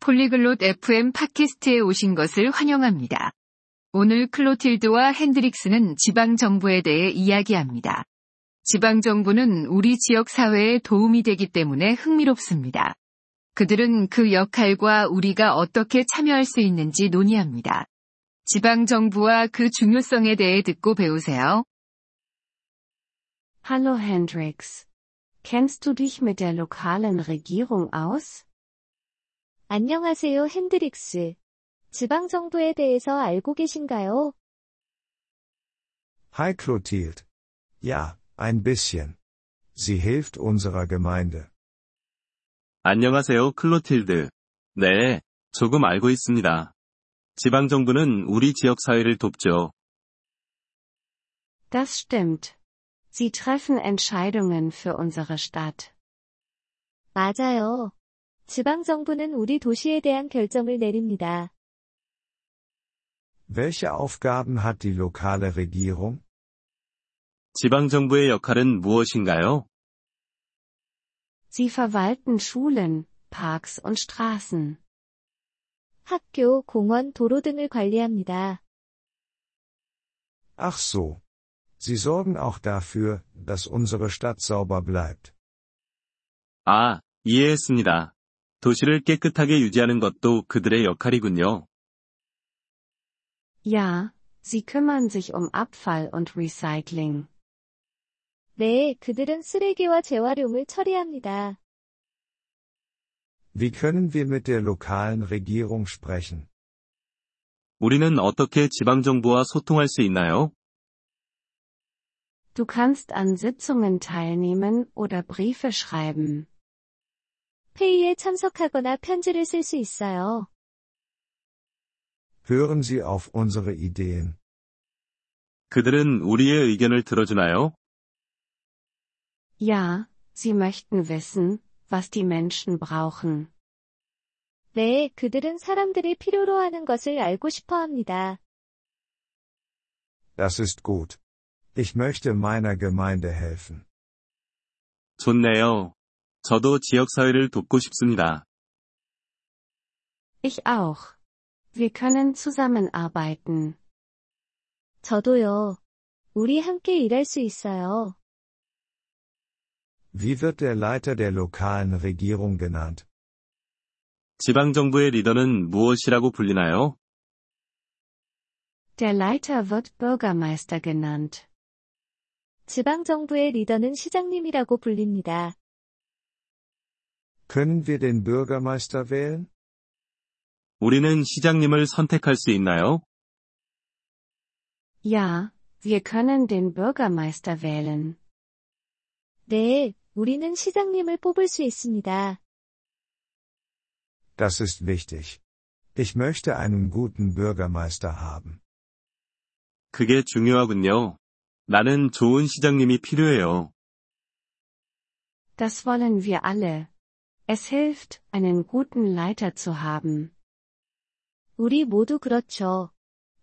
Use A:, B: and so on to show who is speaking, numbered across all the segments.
A: 폴리글롯 FM 팟캐스트에 오신 것을 환영합니다. 오늘 클로틸드와 핸드릭스는 지방정부에 대해 이야기합니다. 지방정부는 우리 지역 사회에 도움이 되기 때문에 흥미롭습니다. 그들은 그 역할과 우리가 어떻게 참여할 수 있는지 논의합니다. 지방정부와 그 중요성에 대해 듣고 배우세요.
B: Hallo Hendrix. Kennst du dich mit der lokalen Regierung aus?
C: 안녕하세요, 핸드릭스. 지방정부에 대해서 알고 계신가요?
D: Hi Clotilde. Ja, ein bisschen. Sie hilft unserer Gemeinde.
E: 안녕하세요, 클로틸드. 네, 조금 알고 있습니다. 지방정부는 우리 지역사회를 돕죠.
B: Das stimmt. Sie treffen Entscheidungen für unsere Stadt.
C: 맞아요. 지방정부는 우리 도시에 대한 결정을 내립니다.
D: Welche Aufgaben hat die lokale Regierung?
E: 지방정부의 역할은 무엇인가요?
B: Sie verwalten Schulen, Parks und Straßen.
C: 학교, 공원, 도로 등을 관리합니다.
D: Ach so. Sie sorgen auch dafür, dass unsere Stadt sauber bleibt.
E: 아, 이해했습니다. 도시를 깨끗하게 유지하는 것도 그들의 역할이군요.
B: Ja, sie kümmern sich um Abfall und Recycling.
C: 네, 그들은 쓰레기와 재활용을 처리합니다.
D: Wie können wir mit der lokalen Regierung sprechen?
E: 우리는 어떻게 지방정부와 소통할 수 있나요?
B: Du kannst an Sitzungen teilnehmen oder Briefe schreiben.
C: 회의에 참석하거나 편지를 쓸 수 있어요.
D: Hören Sie auf unsere Ideen.
E: 그들은 우리의 의견을 들어주나요?
B: Ja, sie möchten wissen, was die Menschen brauchen.
C: 네, 그들은 사람들이 필요로 하는 것을 알고 싶어 합니다.
D: Das ist gut. Ich möchte meiner Gemeinde helfen.
E: 좋네요. 저도 지역사회를 돕고 싶습니다.
B: Ich auch. Wir können zusammenarbeiten.
C: 저도요. 우리 함께 일할 수 있어요.
D: Wie wird der Leiter der lokalen Regierung genannt?
E: 지방정부의 리더는 무엇이라고 불리나요?
B: Der Leiter wird Bürgermeister genannt.
C: 지방정부의 리더는 시장님이라고 불립니다.
D: Können wir den Bürgermeister wählen?
E: 우리는 시장님을 선택할 수 있나요?
B: Ja, wir können den Bürgermeister wählen.
C: 네, 우리는 시장님을 뽑을 수 있습니다.
D: Das ist wichtig. Ich möchte einen guten Bürgermeister haben.
E: 그게 중요하군요. 나는 좋은 시장님이 필요해요.
B: Das wollen wir alle. Es hilft, einen guten Leiter zu haben.
C: 우리 모두 그렇죠.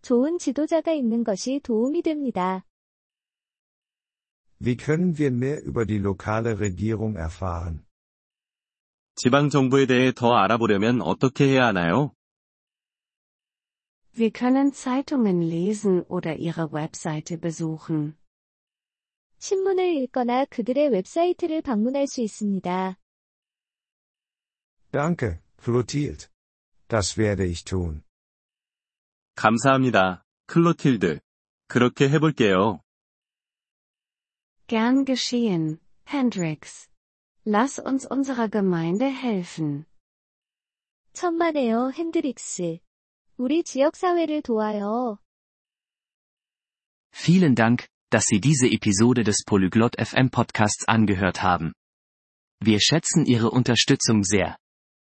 C: 좋은 지도자가 있는 것이 도움이 됩니다.
D: Wie können wir mehr über die lokale Regierung erfahren?
E: 지방정부에 대해 더 알아보려면 어떻게 해야 하나요?
B: Wir können Zeitungen lesen oder ihre Webseite besuchen.
C: 신문을 읽거나 그들의 웹사이트를 방문할 수 있습니다.
D: Danke, Clotilde. Das werde ich tun.
E: 감사합니다, 클로틸드. 그렇게 해볼게요.
B: Gern geschehen, Hendrix. Lass uns unserer Gemeinde helfen.
C: 천만에요, 핸드릭스. 우리 지역사회를 도와요.
F: Vielen Dank, dass Sie diese Episode des Polyglot FM Podcasts angehört haben. Wir schätzen Ihre Unterstützung sehr.